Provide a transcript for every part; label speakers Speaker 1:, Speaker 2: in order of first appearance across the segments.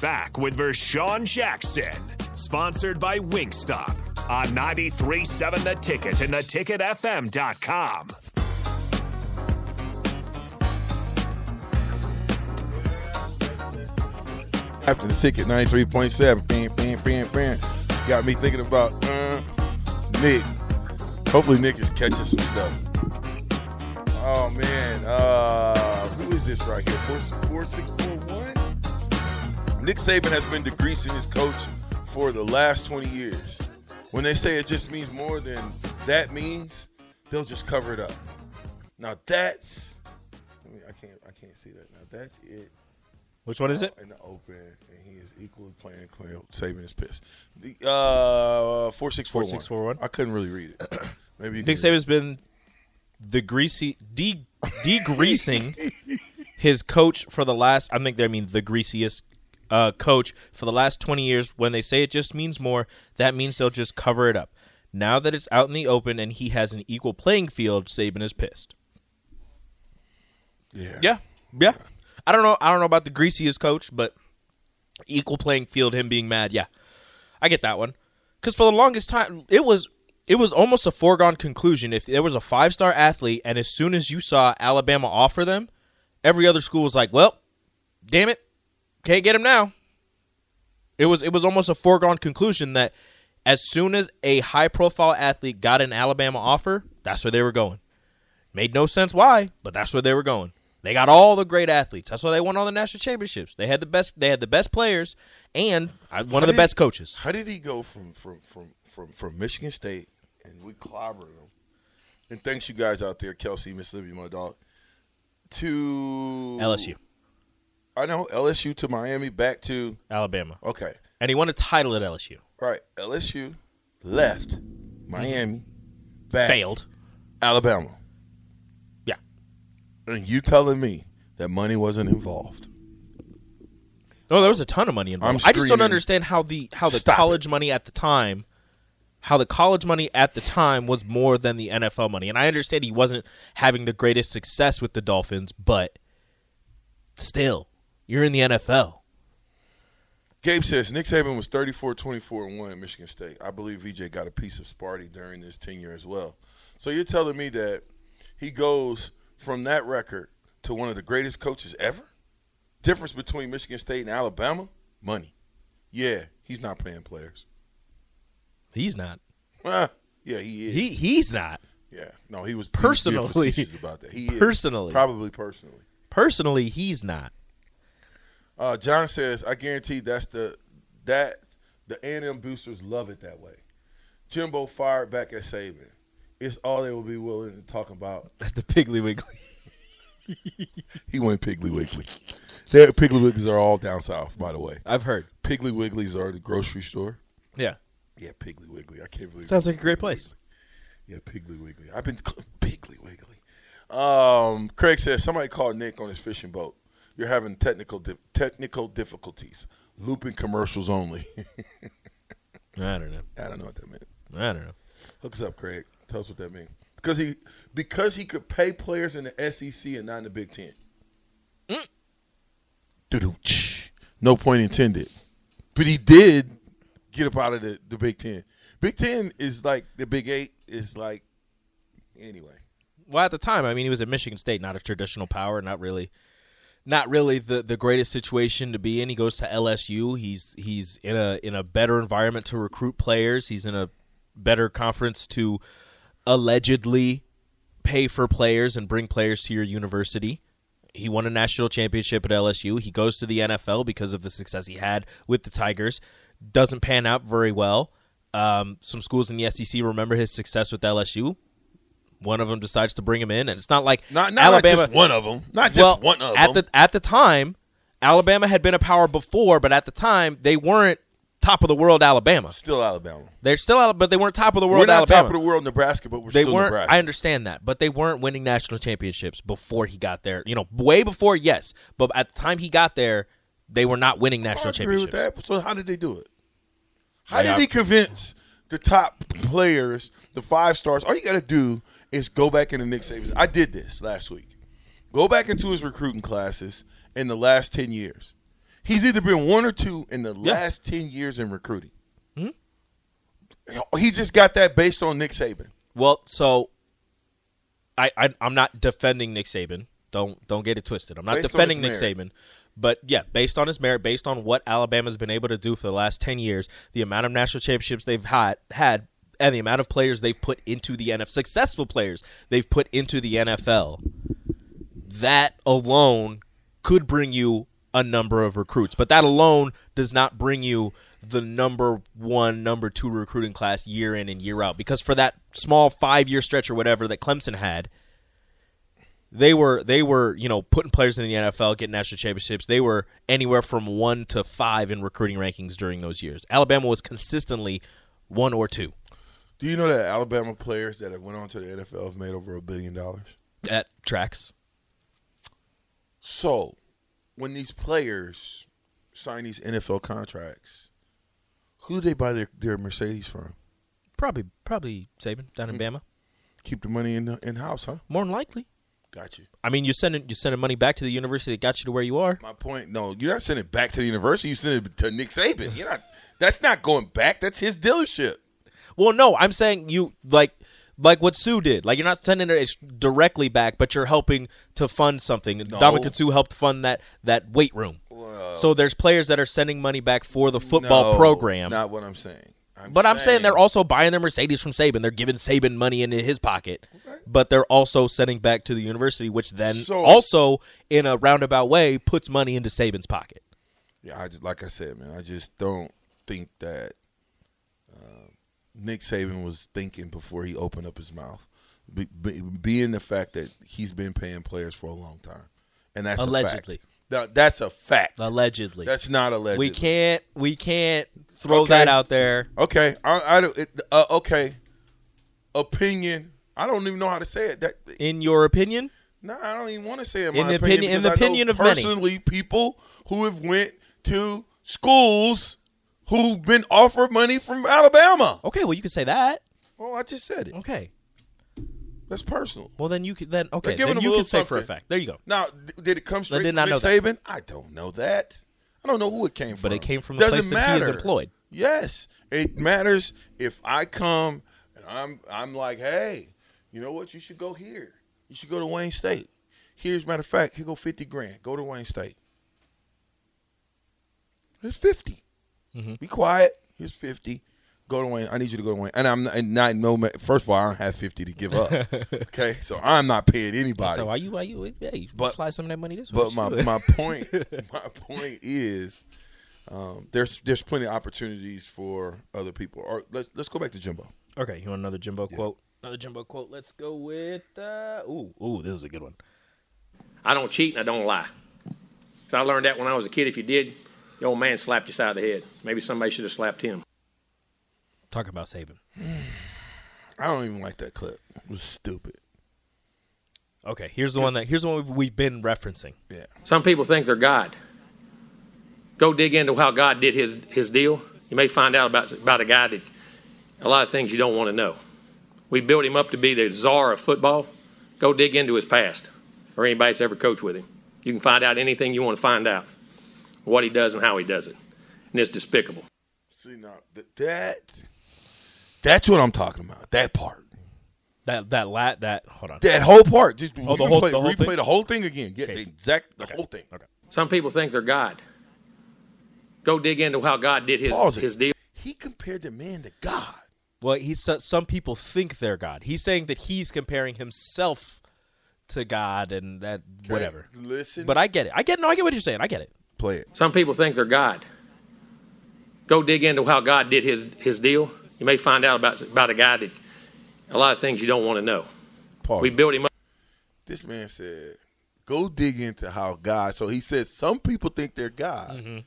Speaker 1: Back with Vershawn Jackson, sponsored by Wingstop on 937 The Ticket and theticketfm.com.
Speaker 2: After the ticket, 93.7. Bam, bam, bam, bam. Got me thinking about uh, Nick. Hopefully, Nick is catching some stuff. Oh, man. Uh, who is this right here? 4641? Nick Saban has been degreasing his coach for the last 20 years. When they say it just means more than that means, they'll just cover it up. Now, that's. I, mean, I can't. I can't see that. Now that's it
Speaker 3: Which one is it?
Speaker 2: in the open, and he is equally playing clean, saving his piss. The uh, four six four
Speaker 3: 4641.
Speaker 2: I couldn't really read it. Maybe you
Speaker 3: Nick
Speaker 2: can read
Speaker 3: Saban's been the greasy de- degreasing his coach for the last. I think they mean the greasiest uh, coach for the last twenty years. When they say it just means more, that means they'll just cover it up. Now that it's out in the open and he has an equal playing field, Saban is
Speaker 2: it.
Speaker 3: pissed.
Speaker 2: Yeah.
Speaker 3: Yeah, yeah. I don't know. I don't know about the greasiest coach, but equal playing field. Him being mad. Yeah, I get that one. Because for the longest time, it was it was almost a foregone conclusion. If there was a five star athlete, and as soon as you saw Alabama offer them, every other school was like, "Well, damn it, can't get him now." It was it was almost a foregone conclusion that as soon as a high profile athlete got an Alabama offer, that's where they were going. Made no sense why, but that's where they were going. They got all the great athletes. That's why they won all the national championships. They had the best. They had the best players and uh, one of the
Speaker 2: did-
Speaker 3: best coaches.
Speaker 2: How did he go from from from from from Michigan State and we clobbered him? And thanks you guys out there, Kelsey, Miss Libby, my dog, to
Speaker 3: LSU,
Speaker 2: I know LSU to Miami, back to
Speaker 3: Alabama,
Speaker 2: okay,
Speaker 3: and he won a title at LSU.
Speaker 2: right? LSU left Miami, back
Speaker 3: Failed.
Speaker 2: Alabama.
Speaker 3: Yeah.
Speaker 2: And you telling me that money wasn't involved?
Speaker 3: No, Oh, there was a ton of money involved.
Speaker 2: I'm
Speaker 3: I just don't
Speaker 2: screaming.
Speaker 3: understand how the how the
Speaker 2: Stop it.
Speaker 3: college money at the time, how the college money at the time was more than the NFL money. And I understand he wasn't having the greatest success with the Dolphins, but still, you're in the NFL.
Speaker 2: Gabe says Nick Saban was 34, 24, and 1 at Michigan State. I believe VJ got a piece of Sparty during this tenure as well. So you're telling me that he goes from that record to one of the greatest coaches ever? Difference between Michigan State and Alabama? Money. Yeah, he's not paying players.
Speaker 3: He's not.
Speaker 2: Ah, yeah, he is.
Speaker 3: He he's not.
Speaker 2: yeah, no, he was he was being
Speaker 3: Personally.
Speaker 2: facetious about that. He is.
Speaker 3: Personally.
Speaker 2: probably personally.
Speaker 3: Personally, he's not.
Speaker 2: Uh, John says, I guarantee that's the that the A&M boosters love it that way. Jimbo fired back at Saban. It's all they will be willing to talk about.
Speaker 3: At the Piggly Wiggly.
Speaker 2: He went Piggly Wiggly. Their Piggly Wigglies are all down south, by the way.
Speaker 3: I've heard.
Speaker 2: Piggly Wigglies are the grocery store.
Speaker 3: Yeah.
Speaker 2: Yeah, Piggly Wiggly. I can't believe.
Speaker 3: Sounds like a great place.
Speaker 2: Yeah, Piggly Wiggly. I've been Piggly Wiggly. Um, Craig says somebody called Nick on his fishing boat. You're having technical di- technical difficulties. Looping commercials only.
Speaker 3: I don't know.
Speaker 2: I don't know what that meant.
Speaker 3: I don't know.
Speaker 2: Hook us up, Craig. Tell us what that means. Because he because he could pay players in the SEC and not in the Big Ten.
Speaker 3: Mm.
Speaker 2: Doo-doo-tsh. No point intended. But he did get up out of the, the Big Ten. Big Ten is like the Big Eight is like anyway.
Speaker 3: Well, at the time, I mean, he was at Michigan State, not a traditional power, not really, not really the, the greatest situation to be in. He goes to LSU. He's he's in a in a better environment to recruit players. He's in a better conference to allegedly pay for players and bring players to your university. He won a national championship at LSU. He goes to the NFL because of the success he had with the Tigers. Doesn't pan out very well. Um, some schools in the SEC remember his success with LSU. One of them decides to bring him in, and it's not like
Speaker 2: Not not
Speaker 3: Alabama.
Speaker 2: like just one of them. Not just
Speaker 3: well,
Speaker 2: one of
Speaker 3: at
Speaker 2: them.
Speaker 3: the at the time, Alabama had been a power before, but at the time they weren't top of the world. Alabama,
Speaker 2: Still Alabama.
Speaker 3: they're still out, but they weren't top of the world.
Speaker 2: We're not
Speaker 3: Alabama
Speaker 2: top of the world Nebraska, but we're
Speaker 3: they
Speaker 2: still
Speaker 3: weren't
Speaker 2: Nebraska.
Speaker 3: i understand that but they weren't winning national championships before he got there you know way before yes but at the time he got there they were not winning national
Speaker 2: I agree with
Speaker 3: championships
Speaker 2: that. So how did they do it? How
Speaker 3: Like,
Speaker 2: did
Speaker 3: I-
Speaker 2: he convince the top players, the five stars? All you got to do is go back into Nick Saban's. I did this last week. Go back into his recruiting classes in the last ten years. He's either been one or two in the
Speaker 3: Yeah. Mm-hmm.
Speaker 2: last ten years in recruiting. He just got that based on Nick Saban.
Speaker 3: Well, so I, I I'm not defending Nick Saban. Don't don't get it twisted. I'm not
Speaker 2: Based on
Speaker 3: defending Nick
Speaker 2: his
Speaker 3: Saban. But yeah, based on his merit, based on what Alabama's been able to do for the last ten years, the amount of national championships they've had had and the amount of players they've put into the NFL successful players they've put into the NFL, that alone could bring you a number of recruits. But that alone does not bring you the number one, number two recruiting class year in and year out. Because for that small five year stretch or whatever that Clemson had, they were they were, you know, putting players in the NFL, getting national championships. They were anywhere from one to five in recruiting rankings during those years. Alabama was consistently one or two.
Speaker 2: Do you know that Alabama players that have went on to the NFL have made over a billion dollars?
Speaker 3: That tracks.
Speaker 2: So, when these players sign these NFL contracts, who do they buy their, their Mercedes from?
Speaker 3: Probably probably Saban down in Bama.
Speaker 2: Keep the money in in house, huh?
Speaker 3: More than likely.
Speaker 2: Got you.
Speaker 3: I mean, you're sending you're sending money back to the university that got you to where you are.
Speaker 2: My point, no, you're not sending it back to the university. You send it to Nick Saban. You're not. That's not going back. That's his dealership.
Speaker 3: Well, no, I'm saying you like like what Sue did. Like you're not sending it ex- directly back, but you're helping to fund something. Dominican Sue helped fund that that weight room. so there's players that are sending money back for the football
Speaker 2: No,
Speaker 3: program.
Speaker 2: it's not what I'm saying. I'm
Speaker 3: but I'm saying they're also buying their Mercedes from Saban. They're giving Saban money into his pocket, but they're also sending back to the university, which then
Speaker 2: So-
Speaker 3: also, in a roundabout way, puts money into Saban's pocket.
Speaker 2: Yeah, I just like I said, man. I just don't think that um, Nick Saban was thinking before he opened up his mouth, be, be, being the fact that he's been paying players for a long time, and that's
Speaker 3: Allegedly.
Speaker 2: A fact. Now, that's a fact.
Speaker 3: Allegedly,
Speaker 2: That's not alleged.
Speaker 3: we can't we can't throw
Speaker 2: Okay.
Speaker 3: that out there.
Speaker 2: Okay, I, I don't- it, uh, okay. Opinion. I don't even know how to say it. That
Speaker 3: In your opinion,
Speaker 2: no, I don't even want to say it.
Speaker 3: In
Speaker 2: my
Speaker 3: the opinion- in
Speaker 2: because I
Speaker 3: the
Speaker 2: know
Speaker 3: opinion of many.
Speaker 2: personally, people who have went to schools who've been offered money from Alabama.
Speaker 3: Okay, well you can say that.
Speaker 2: Well, I just said it.
Speaker 3: Okay.
Speaker 2: That's personal.
Speaker 3: Well then you could then okay
Speaker 2: giving
Speaker 3: then
Speaker 2: them a
Speaker 3: you
Speaker 2: little
Speaker 3: can say for a
Speaker 2: something.
Speaker 3: fact. There you go.
Speaker 2: Now, th- did it come straight
Speaker 3: did
Speaker 2: from
Speaker 3: not
Speaker 2: Nick
Speaker 3: know that.
Speaker 2: Saban? I don't know that. I don't know who it came from.
Speaker 3: But it came from the
Speaker 2: Doesn't
Speaker 3: place that he
Speaker 2: matter.
Speaker 3: is employed.
Speaker 2: Yes, it matters if I come and I'm I'm like, hey, you know what? You should go here. You should go to Wayne State. Here's matter of fact, here go fifty grand. Go to Wayne State. There's 50
Speaker 3: Mm-hmm.
Speaker 2: Be quiet. Here's fifty. Go to Wayne. I need you to go to Wayne. And I'm not, and not no. ma- First of all, I don't have fifty to give up. okay, so I'm not paying anybody.
Speaker 3: So why you why you hey
Speaker 2: But-
Speaker 3: slide some of that money this way?
Speaker 2: But my, my point my point is um, there's there's plenty of opportunities for other people. Or let's let's go back to Jimbo.
Speaker 3: Okay, you want another Jimbo quote? Another Jimbo quote. Let's go with uh ooh, ooh, this is a good one.
Speaker 4: I don't cheat and I don't lie. 'Cause I learned that when I was a kid. If you did, the old man slapped you side of the head. Maybe somebody should have slapped him.
Speaker 3: Talking about Saban.
Speaker 2: I don't even like that clip. It was stupid.
Speaker 3: Okay, here's the one that here's the one we've- we've been referencing.
Speaker 2: Yeah.
Speaker 4: Some people think they're God. Go dig into how God did his, his deal. You may find out about, about a guy that a lot of things you don't want to know. We built him up to be the czar of football. Go dig into his past or anybody that's ever coached with him. You can find out anything you want to find out, what he does and how he does it. And it's despicable.
Speaker 2: See now th- that that's what I'm talking about. That part.
Speaker 3: That that lat that hold on.
Speaker 2: That whole part. Just
Speaker 3: Oh, the
Speaker 2: replay,
Speaker 3: whole- the whole
Speaker 2: replay
Speaker 3: thing?
Speaker 2: the whole thing again. Yeah, the exact the whole thing.
Speaker 4: Some people think they're God. Go dig into how God did his,
Speaker 2: Pause it.
Speaker 4: his deal.
Speaker 2: He compared the man to God.
Speaker 3: Well, he's so- some people think they're God. He's saying that he's comparing himself to God and that whatever.
Speaker 2: Listen
Speaker 3: But I get it. I get no, I get what you're saying. I get it.
Speaker 2: play it.
Speaker 4: Some people think they're God. Go dig into how God did his, his deal. You may find out about, about a guy that a lot of things you don't want to know.
Speaker 2: Pause.
Speaker 4: We
Speaker 2: it.
Speaker 4: built him up
Speaker 2: this man said, "Go dig into how God." So he says some people think they're God,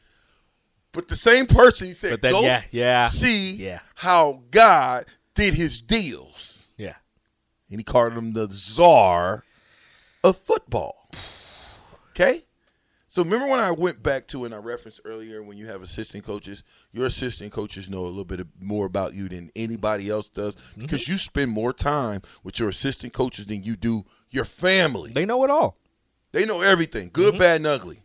Speaker 2: but the same person he said,
Speaker 3: Mm-hmm. But then,
Speaker 2: "Go
Speaker 3: yeah, yeah,
Speaker 2: see
Speaker 3: yeah.
Speaker 2: how God did his deals,"
Speaker 3: Yeah.
Speaker 2: and he called him the czar of football. Okay. So remember when I went back to and I referenced earlier when you have assistant coaches, your assistant coaches know a little bit more about you than anybody else does
Speaker 3: Mm-hmm.
Speaker 2: because you spend more time with your assistant coaches than you do your family.
Speaker 3: They know it all. Mm-hmm.
Speaker 2: They know everything, good, bad, and ugly.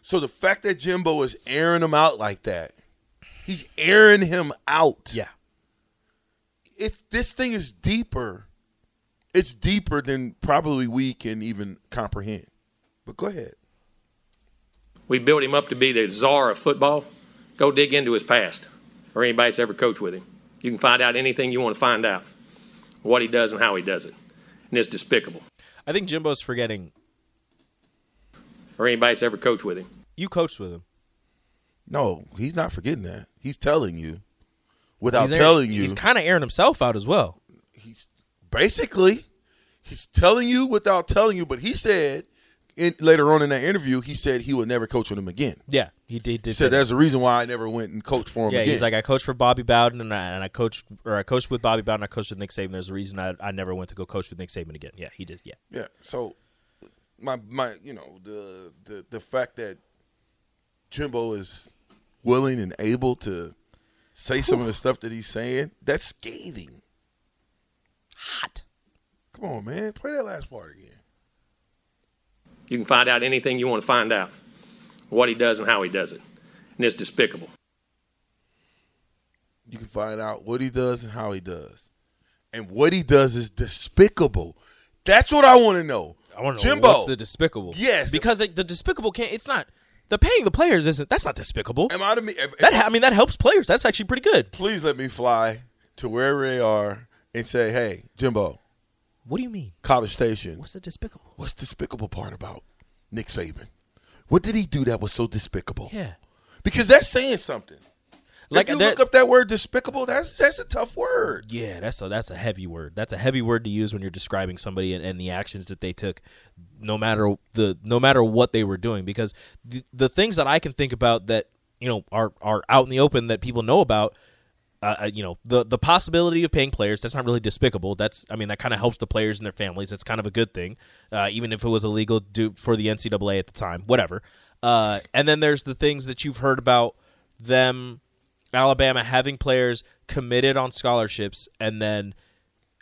Speaker 2: So the fact that Jimbo is airing him out like that, he's airing him out.
Speaker 3: Yeah.
Speaker 2: It's this thing is deeper. It's deeper than probably we can even comprehend. But go ahead.
Speaker 4: We built him up to be the czar of football. Go dig into his past or anybody that's ever coached with him. You can find out anything you want to find out, what he does and how he does it. And it's despicable.
Speaker 3: I think Jimbo's forgetting
Speaker 4: Or anybody that's ever coached with him.
Speaker 3: you coached with him.
Speaker 2: No, he's not forgetting that. He's telling you, without
Speaker 3: He's airing-
Speaker 2: telling you,
Speaker 3: he's kind of airing himself out as well.
Speaker 2: he's basically he's telling you without telling you. But he said in, later on in that interview, he said he would never coach with him again.
Speaker 3: Yeah, he did. did
Speaker 2: He said
Speaker 3: say that.
Speaker 2: there's a reason why I never went and coached for him.
Speaker 3: Yeah,
Speaker 2: again.
Speaker 3: he's like I coached for Bobby Bowden and I, and I coached or I coached with Bobby Bowden. I coached with Nick Saban. There's a reason I, I never went to go coach with Nick Saban again. Yeah, he did. Yeah,
Speaker 2: Yeah. So my my you know the the the fact that Jimbo is willing and able to say some of the stuff that he's saying that's scathing.
Speaker 3: hot.
Speaker 2: Come on, man, play that last part again.
Speaker 4: You can find out anything you want to find out, what he does and how he does it. And it's despicable.
Speaker 2: You can find out what he does and how he does, and what he does is despicable. That's what I want to know.
Speaker 3: I want to know
Speaker 2: Jimbo.
Speaker 3: what's the despicable.
Speaker 2: Yes.
Speaker 3: because like, the despicable can't. It's not the paying the players isn't. That's not despicable.
Speaker 2: Am I to me? If,
Speaker 3: That ha- I mean that helps players. That's actually pretty good.
Speaker 2: please let me fly to wherever they are and say, "Hey, Jimbo,
Speaker 3: What do you mean?
Speaker 2: College Station."
Speaker 3: What's the despicable?
Speaker 2: What's despicable part about Nick Saban? What did he do that was so despicable?
Speaker 3: Yeah,
Speaker 2: Because that's saying something.
Speaker 3: like
Speaker 2: if you
Speaker 3: that,
Speaker 2: look up that word despicable, that's that's a tough word.
Speaker 3: Yeah, that's a that's a heavy word. That's a heavy word to use when you're describing somebody and, and the actions that they took, no matter the no matter what they were doing. Because the, the things that I can think about that you know are are out in the open that people know about, uh, uh, you know the the possibility of paying players. That's not really despicable. That's I mean that kind of helps the players and their families. That's kind of a good thing, uh, even if it was illegal to, for the NCAA at the time. Whatever. Uh, and then there's the things that you've heard about them Alabama having players committed on scholarships and then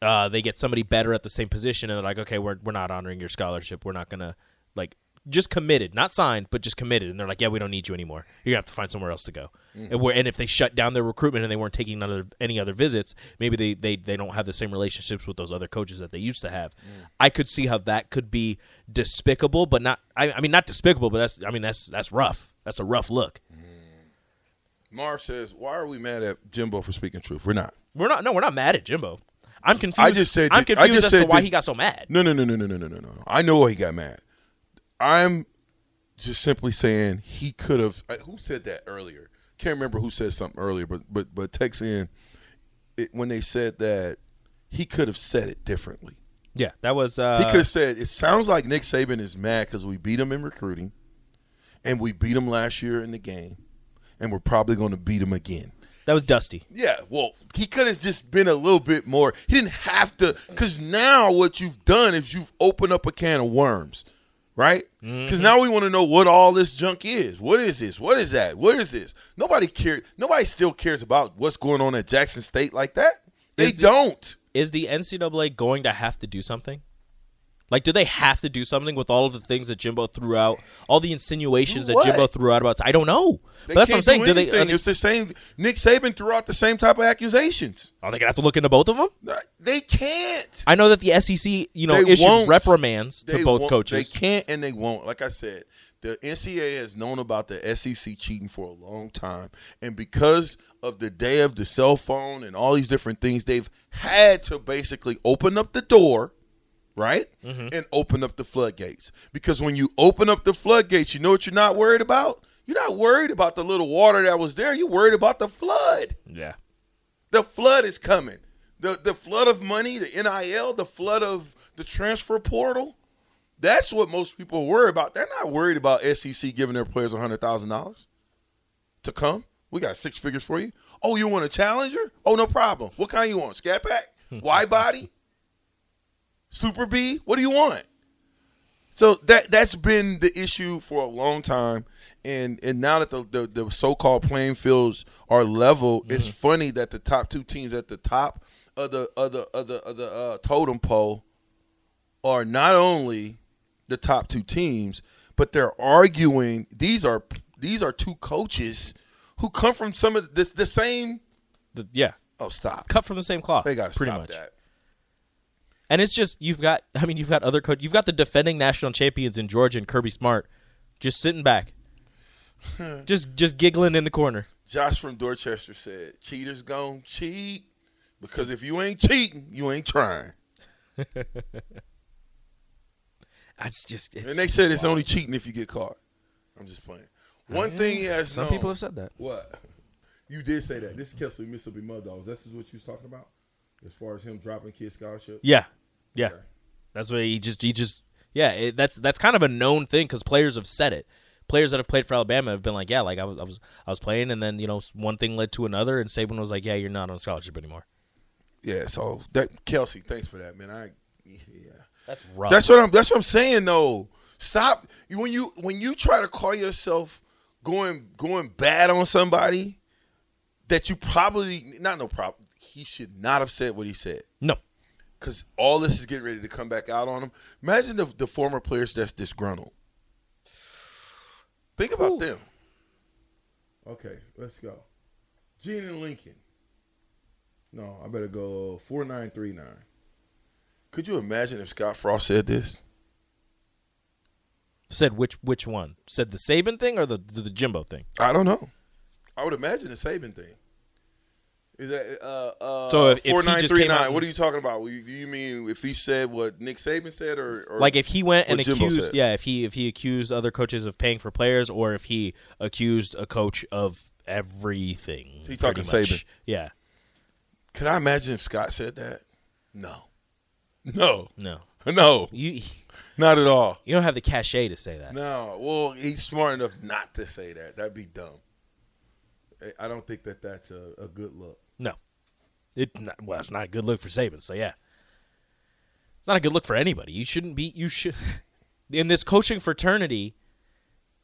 Speaker 3: uh, they get somebody better at the same position and they're like, okay, we're, we're not honoring your scholarship. We're not going to, like, just committed, not signed, but just committed. And they're like, yeah, we don't need you anymore. You're going to have to find somewhere else to go. And, we're, and if they shut down their recruitment and they weren't taking none other, any other visits, maybe they, they, they don't have the same relationships with those other coaches that they used to have. I could see how that could be despicable, but not, I, I mean, not despicable, but that's, I mean, that's, that's rough. That's a rough look.
Speaker 2: Marv says, "Why are we mad at Jimbo for speaking truth? We're not.
Speaker 3: We're not. No, we're not mad at Jimbo. I'm confused.
Speaker 2: I just said
Speaker 3: I'm
Speaker 2: that-
Speaker 3: confused
Speaker 2: I just
Speaker 3: as to
Speaker 2: said
Speaker 3: why
Speaker 2: that-
Speaker 3: he got so mad.
Speaker 2: No, no, no, no, no, no, no, no, no. I know why he got mad. I'm just simply saying he could have. I- Who said that earlier? Can't remember who said something earlier, but but but text in it, when they said that he could have said it differently.
Speaker 3: Yeah, that was.
Speaker 2: He could
Speaker 3: Uh,
Speaker 2: have said, "It sounds like Nick Saban is mad because we beat him in recruiting, and we beat him last year in the game, and we're probably going to beat him again."
Speaker 3: that was Dusty.
Speaker 2: Yeah, well, he could have just been a little bit more. He didn't have to, because now what you've done is you've opened up a can of worms, right?
Speaker 3: Mm-hmm.
Speaker 2: Because now we want to know what all this junk is. What is this? What is that? What is this? Nobody cares. Nobody still cares about what's going on at Jackson State like that. They
Speaker 3: Is the-
Speaker 2: don't.
Speaker 3: Is the NCAA going to have to do something? Like, do they have to do something with all of the things that Jimbo threw out, all the insinuations
Speaker 2: Do
Speaker 3: that Jimbo
Speaker 2: what?
Speaker 3: threw out about? I don't know.
Speaker 2: They
Speaker 3: But that's what I'm
Speaker 2: can't
Speaker 3: saying.
Speaker 2: Do
Speaker 3: Do they? Are
Speaker 2: anything.
Speaker 3: they,
Speaker 2: it's the same. Nick Saban threw out the same type of accusations. Uh,
Speaker 3: are they gonna have to look into both of them?
Speaker 2: They can't.
Speaker 3: I know that the SEC, you know,
Speaker 2: They
Speaker 3: issued
Speaker 2: won't.
Speaker 3: reprimands to
Speaker 2: They
Speaker 3: both
Speaker 2: won't-
Speaker 3: coaches.
Speaker 2: They can't and they won't. Like I said, the NCAA has known about the SEC cheating for a long time, and because of the day of the cell phone and all these different things, they've had to basically open up the door, right,
Speaker 3: Mm-hmm.
Speaker 2: and open up the floodgates. Because when you open up the floodgates, you know what you're not worried about. You're not worried about the little water that was there. You're worried about the flood.
Speaker 3: Yeah.
Speaker 2: The flood is coming. The the flood of money, the NIL, the flood of the transfer portal. That's what most people worry about. They're not worried about SEC giving their players hundred thousand dollars to come. We got six figures for you. Oh, you want a challenger? Oh, no problem. What kind you want? Scat pack? Wide body? Super B? What do you want? So that that's been the issue for a long time, and and now that the the, the so-called playing fields are level,
Speaker 3: Mm-hmm.
Speaker 2: it's funny that the top two teams at the top of the of the of the, of the uh, totem pole are not only the top two teams, but they're arguing. These are these are two coaches who come from some of this the same.
Speaker 3: The- yeah,
Speaker 2: Oh, stop!
Speaker 3: cut from the same cloth.
Speaker 2: They got to
Speaker 3: pretty
Speaker 2: stop
Speaker 3: much.
Speaker 2: that.
Speaker 3: And it's just you've got. I mean, you've got other coach. You've got the defending national champions in Georgia and Kirby Smart, just sitting back, just just giggling in the corner.
Speaker 2: Josh from Dorchester said, "Cheaters gonna cheat because if you ain't cheating, you ain't trying."
Speaker 3: That's just. It's,
Speaker 2: And they said it's only cheating if you get caught. I'm just playing. One thing he has
Speaker 3: some
Speaker 2: known-
Speaker 3: people have said that.
Speaker 5: What? You did say that. This is Kelsey Mississippi Mud Dogs. This is what you was talking about as far as him dropping kid scholarship.
Speaker 3: Yeah, yeah. That's what he just he just yeah. It, that's that's kind of a known thing because players have said it. Players that have played for Alabama have been like, yeah, like I was I was I was playing, and then you know one thing led to another, and Saban was like, yeah, you're not on scholarship anymore.
Speaker 2: Yeah, so that Kelsey, thanks for that, man. I yeah.
Speaker 3: That's rough.
Speaker 2: That's what I'm. That's what I'm saying. Though, stop You- when you when you try to call yourself going going bad on somebody that you probably not no problem. He should not have said what he said
Speaker 3: no.
Speaker 2: because all this is getting ready to come back out on him. Imagine the, the former players that's disgruntled. Think about them.
Speaker 5: Okay, let's go. Gene and Lincoln. No, I better go four nine three nine.
Speaker 2: Could you imagine if Scott Frost said this?
Speaker 3: Said which which one? Said the Saban thing or the the, the Jimbo thing?
Speaker 2: I don't know. I would imagine the Saban thing. Is that uh, uh,
Speaker 3: So if- if he
Speaker 2: four
Speaker 3: just
Speaker 2: nine
Speaker 3: came
Speaker 2: three
Speaker 3: out
Speaker 2: nine?
Speaker 3: and-
Speaker 2: What are you talking about? You- Do you mean if he said what Nick Saban said, or, or
Speaker 3: like if he went and
Speaker 2: what Jimbo
Speaker 3: accused
Speaker 2: said.
Speaker 3: yeah if he if he accused other coaches of paying for players or if he accused a coach of everything
Speaker 2: He
Speaker 3: pretty
Speaker 2: talking
Speaker 3: much.
Speaker 2: Saban.
Speaker 3: yeah
Speaker 2: Can I imagine if Scott said that? No, no,
Speaker 3: no
Speaker 2: no,
Speaker 3: you
Speaker 2: not at all.
Speaker 3: you don't have the cachet to say that
Speaker 2: No. Well, he's smart enough not to say that. That'd be dumb.
Speaker 5: I- I don't think that that's a, a good look.
Speaker 3: no it not, well it's not a good look for Saban so yeah it's not a good look for anybody you shouldn't be you should in this coaching fraternity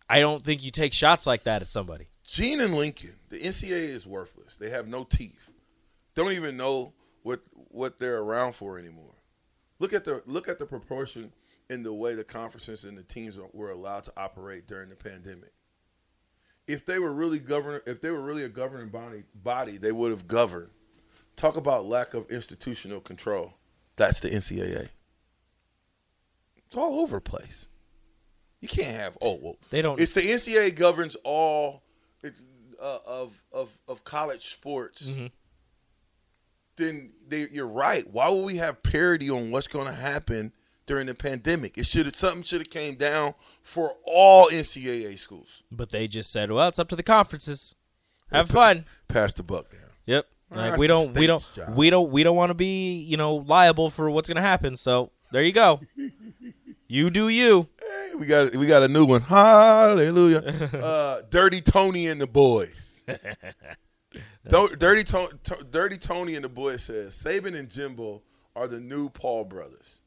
Speaker 3: I don't think you take shots like that at somebody
Speaker 2: Gene and Lincoln, the NCAA is worthless. They have no teeth. Don't even know what what they're around for anymore. Look at the look at the proportion in the way the conferences and the teams were allowed to operate during the pandemic. If they were really govern, if they were really a governing body, body they would have governed. Talk about lack of institutional control. That's the NCAA. It's all over the place. You can't have oh well.
Speaker 3: They don't-
Speaker 2: It's the NCAA governs all it, uh, of of of college sports.
Speaker 3: Mm-hmm.
Speaker 2: Then they, you're right. Why would we have parity on what's going to happen during the pandemic? It should have something should have came down for all NCAA schools.
Speaker 3: but they just said well it's up to the conferences have fun
Speaker 2: Pass the buck down.
Speaker 3: Yep.
Speaker 2: Well,
Speaker 3: Like
Speaker 2: that's
Speaker 3: we
Speaker 2: the
Speaker 3: don't we don't
Speaker 2: state's job.
Speaker 3: we don't we don't want to be, you know, liable for what's going to happen. So, there you go. you do you.
Speaker 2: Hey, we got we got a new one. Hallelujah. uh, Dirty Tony and the boys. Don't- Dirty Tony, Dirty Tony and the boys says Saban and Jimbo are the new Paul brothers.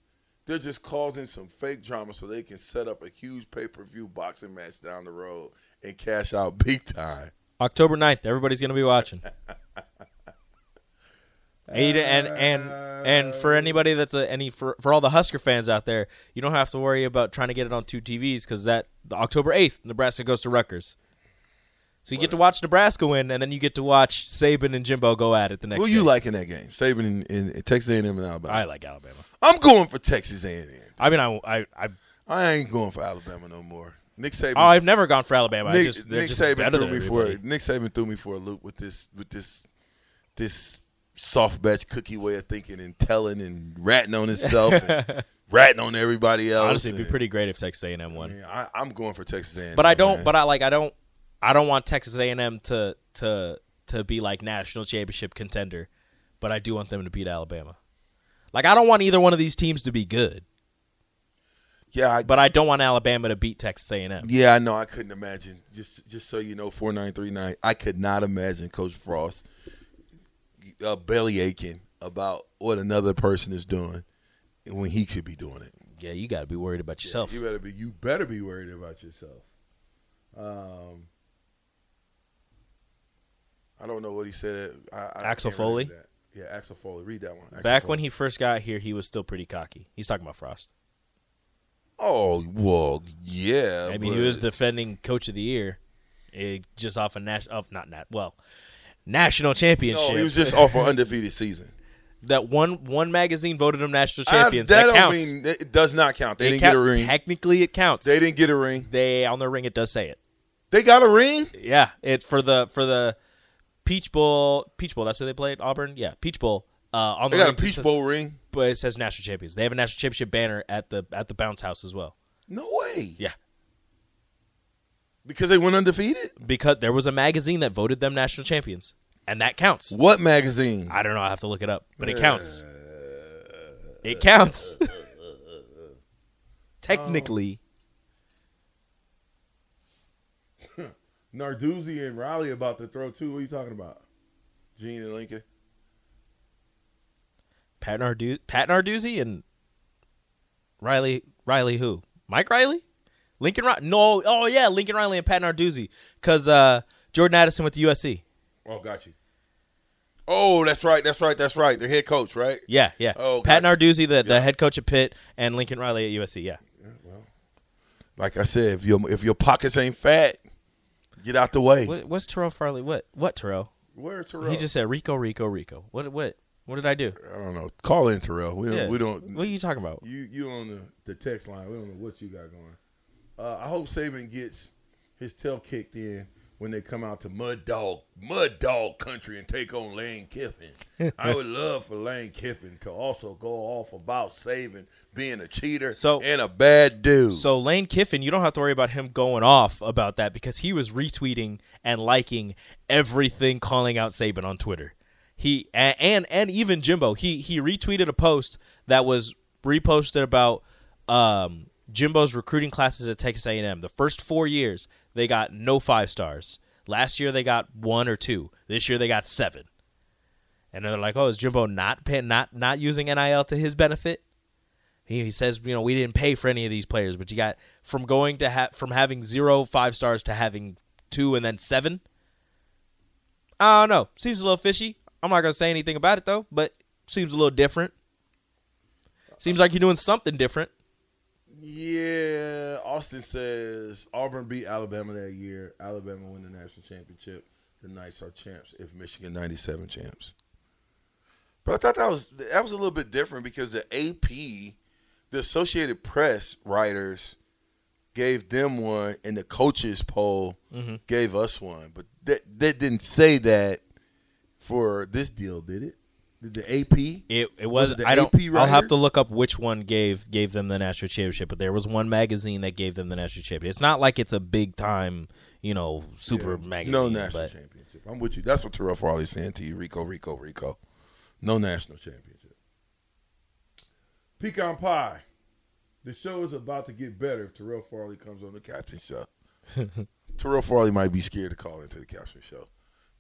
Speaker 2: They're just causing some fake drama so they can set up a huge pay per view boxing match down the road and cash out big time.
Speaker 3: October 9th, everybody's going to be watching. and, and and and for anybody that's a any for, for all the Husker fans out there, you don't have to worry about trying to get it on two TVs cuz that the October 8th, Nebraska goes to Rutgers. So you get to watch Nebraska win and then you get to watch Saban and Jimbo go at it the next
Speaker 2: Who you
Speaker 3: day.
Speaker 2: like in that game? Saban and, and Texas A&M and Alabama.
Speaker 3: I like Alabama.
Speaker 2: I, am going for Texas A&M.
Speaker 3: I mean I I, I
Speaker 2: I ain't going for Alabama no more. Nick Saban.
Speaker 3: Oh, I've never gone for Alabama. I
Speaker 2: Nick,
Speaker 3: just, they're
Speaker 2: Nick
Speaker 3: just
Speaker 2: Saban
Speaker 3: better
Speaker 2: threw
Speaker 3: than
Speaker 2: me for
Speaker 3: everybody.
Speaker 2: Nick Saban threw me for a loop with this with this this soft batch cookie way of thinking and telling and ratting on himself and ratting on everybody else.
Speaker 3: Honestly, it'd be
Speaker 2: and-
Speaker 3: pretty great if Texas A&M won,
Speaker 2: Yeah, I, I'm going for Texas A&M.
Speaker 3: but I don't.
Speaker 2: man.
Speaker 3: But I like I don't. I don't want Texas A&M to to to be like national championship contender, but I do want them to beat Alabama. Like I don't want either one of these teams to be good,
Speaker 2: yeah, I,
Speaker 3: but I don't want Alabama to beat Texas A&M.
Speaker 2: yeah, I know. I couldn't imagine. Just just so you know, four nine three nine. I could not imagine Coach Frost uh, belly aching about what another person is doing when he could be doing it.
Speaker 3: Yeah, you got to be worried about yourself.
Speaker 5: You better be you better be worried about yourself. Um
Speaker 2: I don't know what he said. I, I
Speaker 3: Axel
Speaker 2: can't really
Speaker 3: Foley?
Speaker 2: do that. Yeah, Axel Foley. Read that one. Axel
Speaker 3: Back
Speaker 2: Foley.
Speaker 3: when he first got here, he was still pretty cocky. He's talking about Frost.
Speaker 2: Oh well, yeah.
Speaker 3: I mean,
Speaker 2: but
Speaker 3: he was defending coach of the year, eh, just off a national, off not nat well, national championship.
Speaker 2: No, he was just off an undefeated season.
Speaker 3: that one one magazine voted him national
Speaker 2: I-
Speaker 3: champions.
Speaker 2: that
Speaker 3: that
Speaker 2: don't
Speaker 3: counts.
Speaker 2: mean it does not count. They
Speaker 3: It
Speaker 2: didn't
Speaker 3: count-
Speaker 2: get a ring.
Speaker 3: Technically, it counts.
Speaker 2: they
Speaker 3: They,
Speaker 2: didn't get a ring.
Speaker 3: on the ring it does say it.
Speaker 2: They got a ring.
Speaker 3: Yeah, it's for the for the Peach Bowl. Peach Bowl. That's who they played Auburn. Yeah, Peach Bowl. Uh, on
Speaker 2: They
Speaker 3: the
Speaker 2: got a
Speaker 3: ring, it
Speaker 2: Peach
Speaker 3: says-
Speaker 2: Bowl ring.
Speaker 3: but it says national champions. They have a national championship banner at the at the bounce house as well.
Speaker 2: No way.
Speaker 3: Yeah.
Speaker 2: Because they went undefeated.
Speaker 3: because there was a magazine that voted them national champions, and that counts.
Speaker 2: What magazine?
Speaker 3: I don't know. I have to look it up, but it counts.
Speaker 2: Uh,
Speaker 3: It counts. Technically,
Speaker 5: Narduzzi and Riley about to throw two. What are you talking about?
Speaker 2: Gene and Lincoln.
Speaker 3: Pat Nardu- Pat Narduzzi and Riley Riley who Mike Riley, Lincoln Riley. No, oh yeah, Lincoln Riley and Pat Narduzzi because uh, Jordan Addison with the USC.
Speaker 5: Oh, got you.
Speaker 2: Oh, that's right. That's right. That's right. Their head coach, right?
Speaker 3: Yeah, yeah.
Speaker 2: Oh,
Speaker 3: Pat Narduzzi, the, the head coach at Pitt, and Lincoln Riley at USC. Yeah,
Speaker 2: Like I said, if your if your pockets ain't fat, get out the way.
Speaker 3: what, what's Terrell Farley? What what Terrell?
Speaker 5: Where Terrell?
Speaker 3: He just said Rico, Rico, Rico. What what what did I do?
Speaker 2: I don't know. Call in Terrell. Uh, We don't.
Speaker 3: Yeah.
Speaker 2: We don't.
Speaker 3: What are you talking about?
Speaker 5: you you on the, the text line. We don't know what you got going. Uh, I hope Saban gets his tail kicked in when they come out to Mud Dog Mud Dog Country and take on Lane Kiffin. I would love for Lane Kiffin to also go off about Saban being a cheater
Speaker 3: So-
Speaker 5: and
Speaker 2: And a bad dude.
Speaker 3: So Lane Kiffin, you don't have to worry about him going off about that because he was retweeting and liking everything calling out Saban on Twitter. He and and, and even Jimbo, he he retweeted a post that was reposted about um, Jimbo's recruiting classes at Texas A&M. The first 4 years, they got no five stars. Last year they got one or two. This year they got seven. And they're like, "Oh, is Jimbo not pay, not not using NIL to his benefit?" He, he says, you know, we didn't pay for any of these players, but you got from going to ha- from having zero five stars to having two and then seven. I don't know. Seems a little fishy. I'm not gonna say anything about it though, but seems a little different. Seems like you're doing something different.
Speaker 5: Yeah, Austin says Auburn beat Alabama that year. Alabama win the national championship. The Knights are champs if Michigan
Speaker 2: Michigan '97 champs. But I thought that was that was a little bit different because the AP, the Associated Press writers, gave them one, and the coaches poll gave us one. But that that didn't say that for this deal, did it? Did the AP?
Speaker 3: It it
Speaker 2: Was
Speaker 3: was,
Speaker 2: it the
Speaker 3: I don't
Speaker 2: AP
Speaker 3: I'll have
Speaker 2: writers?
Speaker 3: to look up which one gave gave them the national championship, but there was one magazine that gave them the national championship. It's not like it's a big time, you know, super magazine.
Speaker 2: No national
Speaker 3: but
Speaker 2: championship. I'm with you. That's what Terrell Farley's saying to you, Rico, Rico, Rico. No national championship.
Speaker 5: Pecan Pie. The show is about to get better if Terrell Farley comes on the
Speaker 2: Captain Show. Terrell Farley might be scared to call into the Captain Show.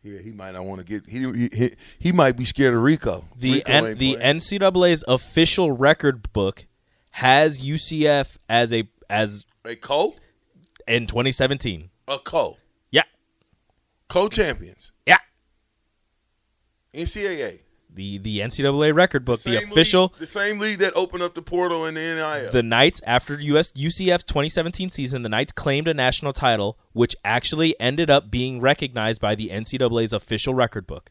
Speaker 2: Yeah, he might not want to get he, he he- he might be scared of Rico.
Speaker 3: the
Speaker 2: Rico
Speaker 3: N-
Speaker 2: ain't
Speaker 3: the
Speaker 2: playing.
Speaker 3: NCAA's official record book has UCF as a as
Speaker 2: a co
Speaker 3: in 2017.
Speaker 2: a co
Speaker 3: Yeah,
Speaker 2: co Uh, champions
Speaker 3: yeah.
Speaker 2: NCAA
Speaker 3: The the NCAA record book, the,
Speaker 2: Same
Speaker 3: official,
Speaker 2: league, the same league that opened up the portal in the NIL.
Speaker 3: the Knights after US UCF's 2017 season, the Knights claimed a national title, which actually ended up being recognized by the NCAA's official record book.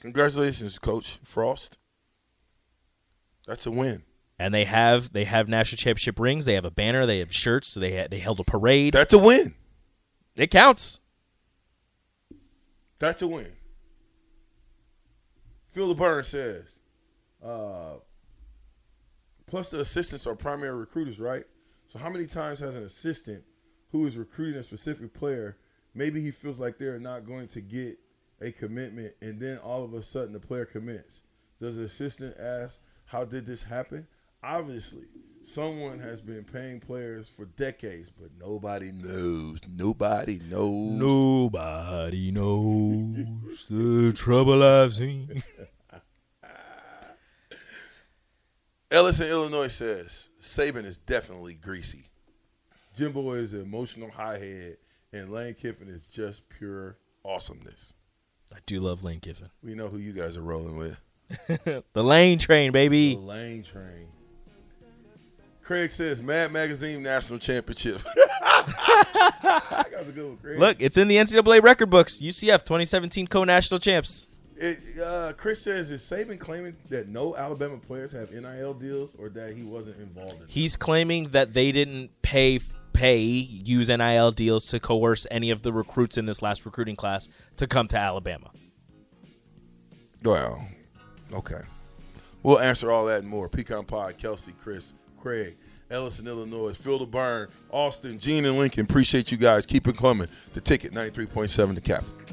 Speaker 2: Congratulations, Coach Frost. That's a win.
Speaker 3: And they have they have national championship rings. They have a banner. They have shirts. They ha- they held a parade.
Speaker 2: That's a win.
Speaker 3: it counts.
Speaker 5: That's a win. Phil LeBurn says, uh, plus the assistants are primary recruiters, right? So how many times has an assistant who is recruiting a specific player, maybe he feels like they're not going to get a commitment, and then all of a sudden the player commits? Does the assistant ask, how did this happen? Obviously, someone has been paying players for decades, but nobody
Speaker 2: Knows nobody knows.
Speaker 3: Nobody knows the trouble I've seen.
Speaker 2: Ellis in Illinois says Saban is definitely greasy.
Speaker 5: Jimbo is an emotional high head, and Lane Kiffin is just pure.
Speaker 2: Awesomeness.
Speaker 3: I do love Lane Kiffin.
Speaker 2: We know who you guys are rolling with.
Speaker 3: The Lane train,
Speaker 5: The
Speaker 3: baby.
Speaker 5: Lane train.
Speaker 2: Craig says Mad Magazine National Championship. I got to go with Craig.
Speaker 3: Look, it's in the NCAA record books. UCF 2017 co-national champs.
Speaker 2: It, uh, Chris says is Saban claiming that no Alabama players have NIL deals or that he wasn't involved in. it?
Speaker 3: He's claiming that they didn't pay pay use NIL deals to coerce any of the recruits in this last recruiting class to come to Alabama.
Speaker 2: Well, okay. We'll answer all that and more. Pecan Pod, Kelsey, Chris, Craig, Ellison, Illinois, Phil DeBurn, Austin, Gene, and Lincoln. Appreciate you guys. Keep it coming. The ticket, 93.7 to cap.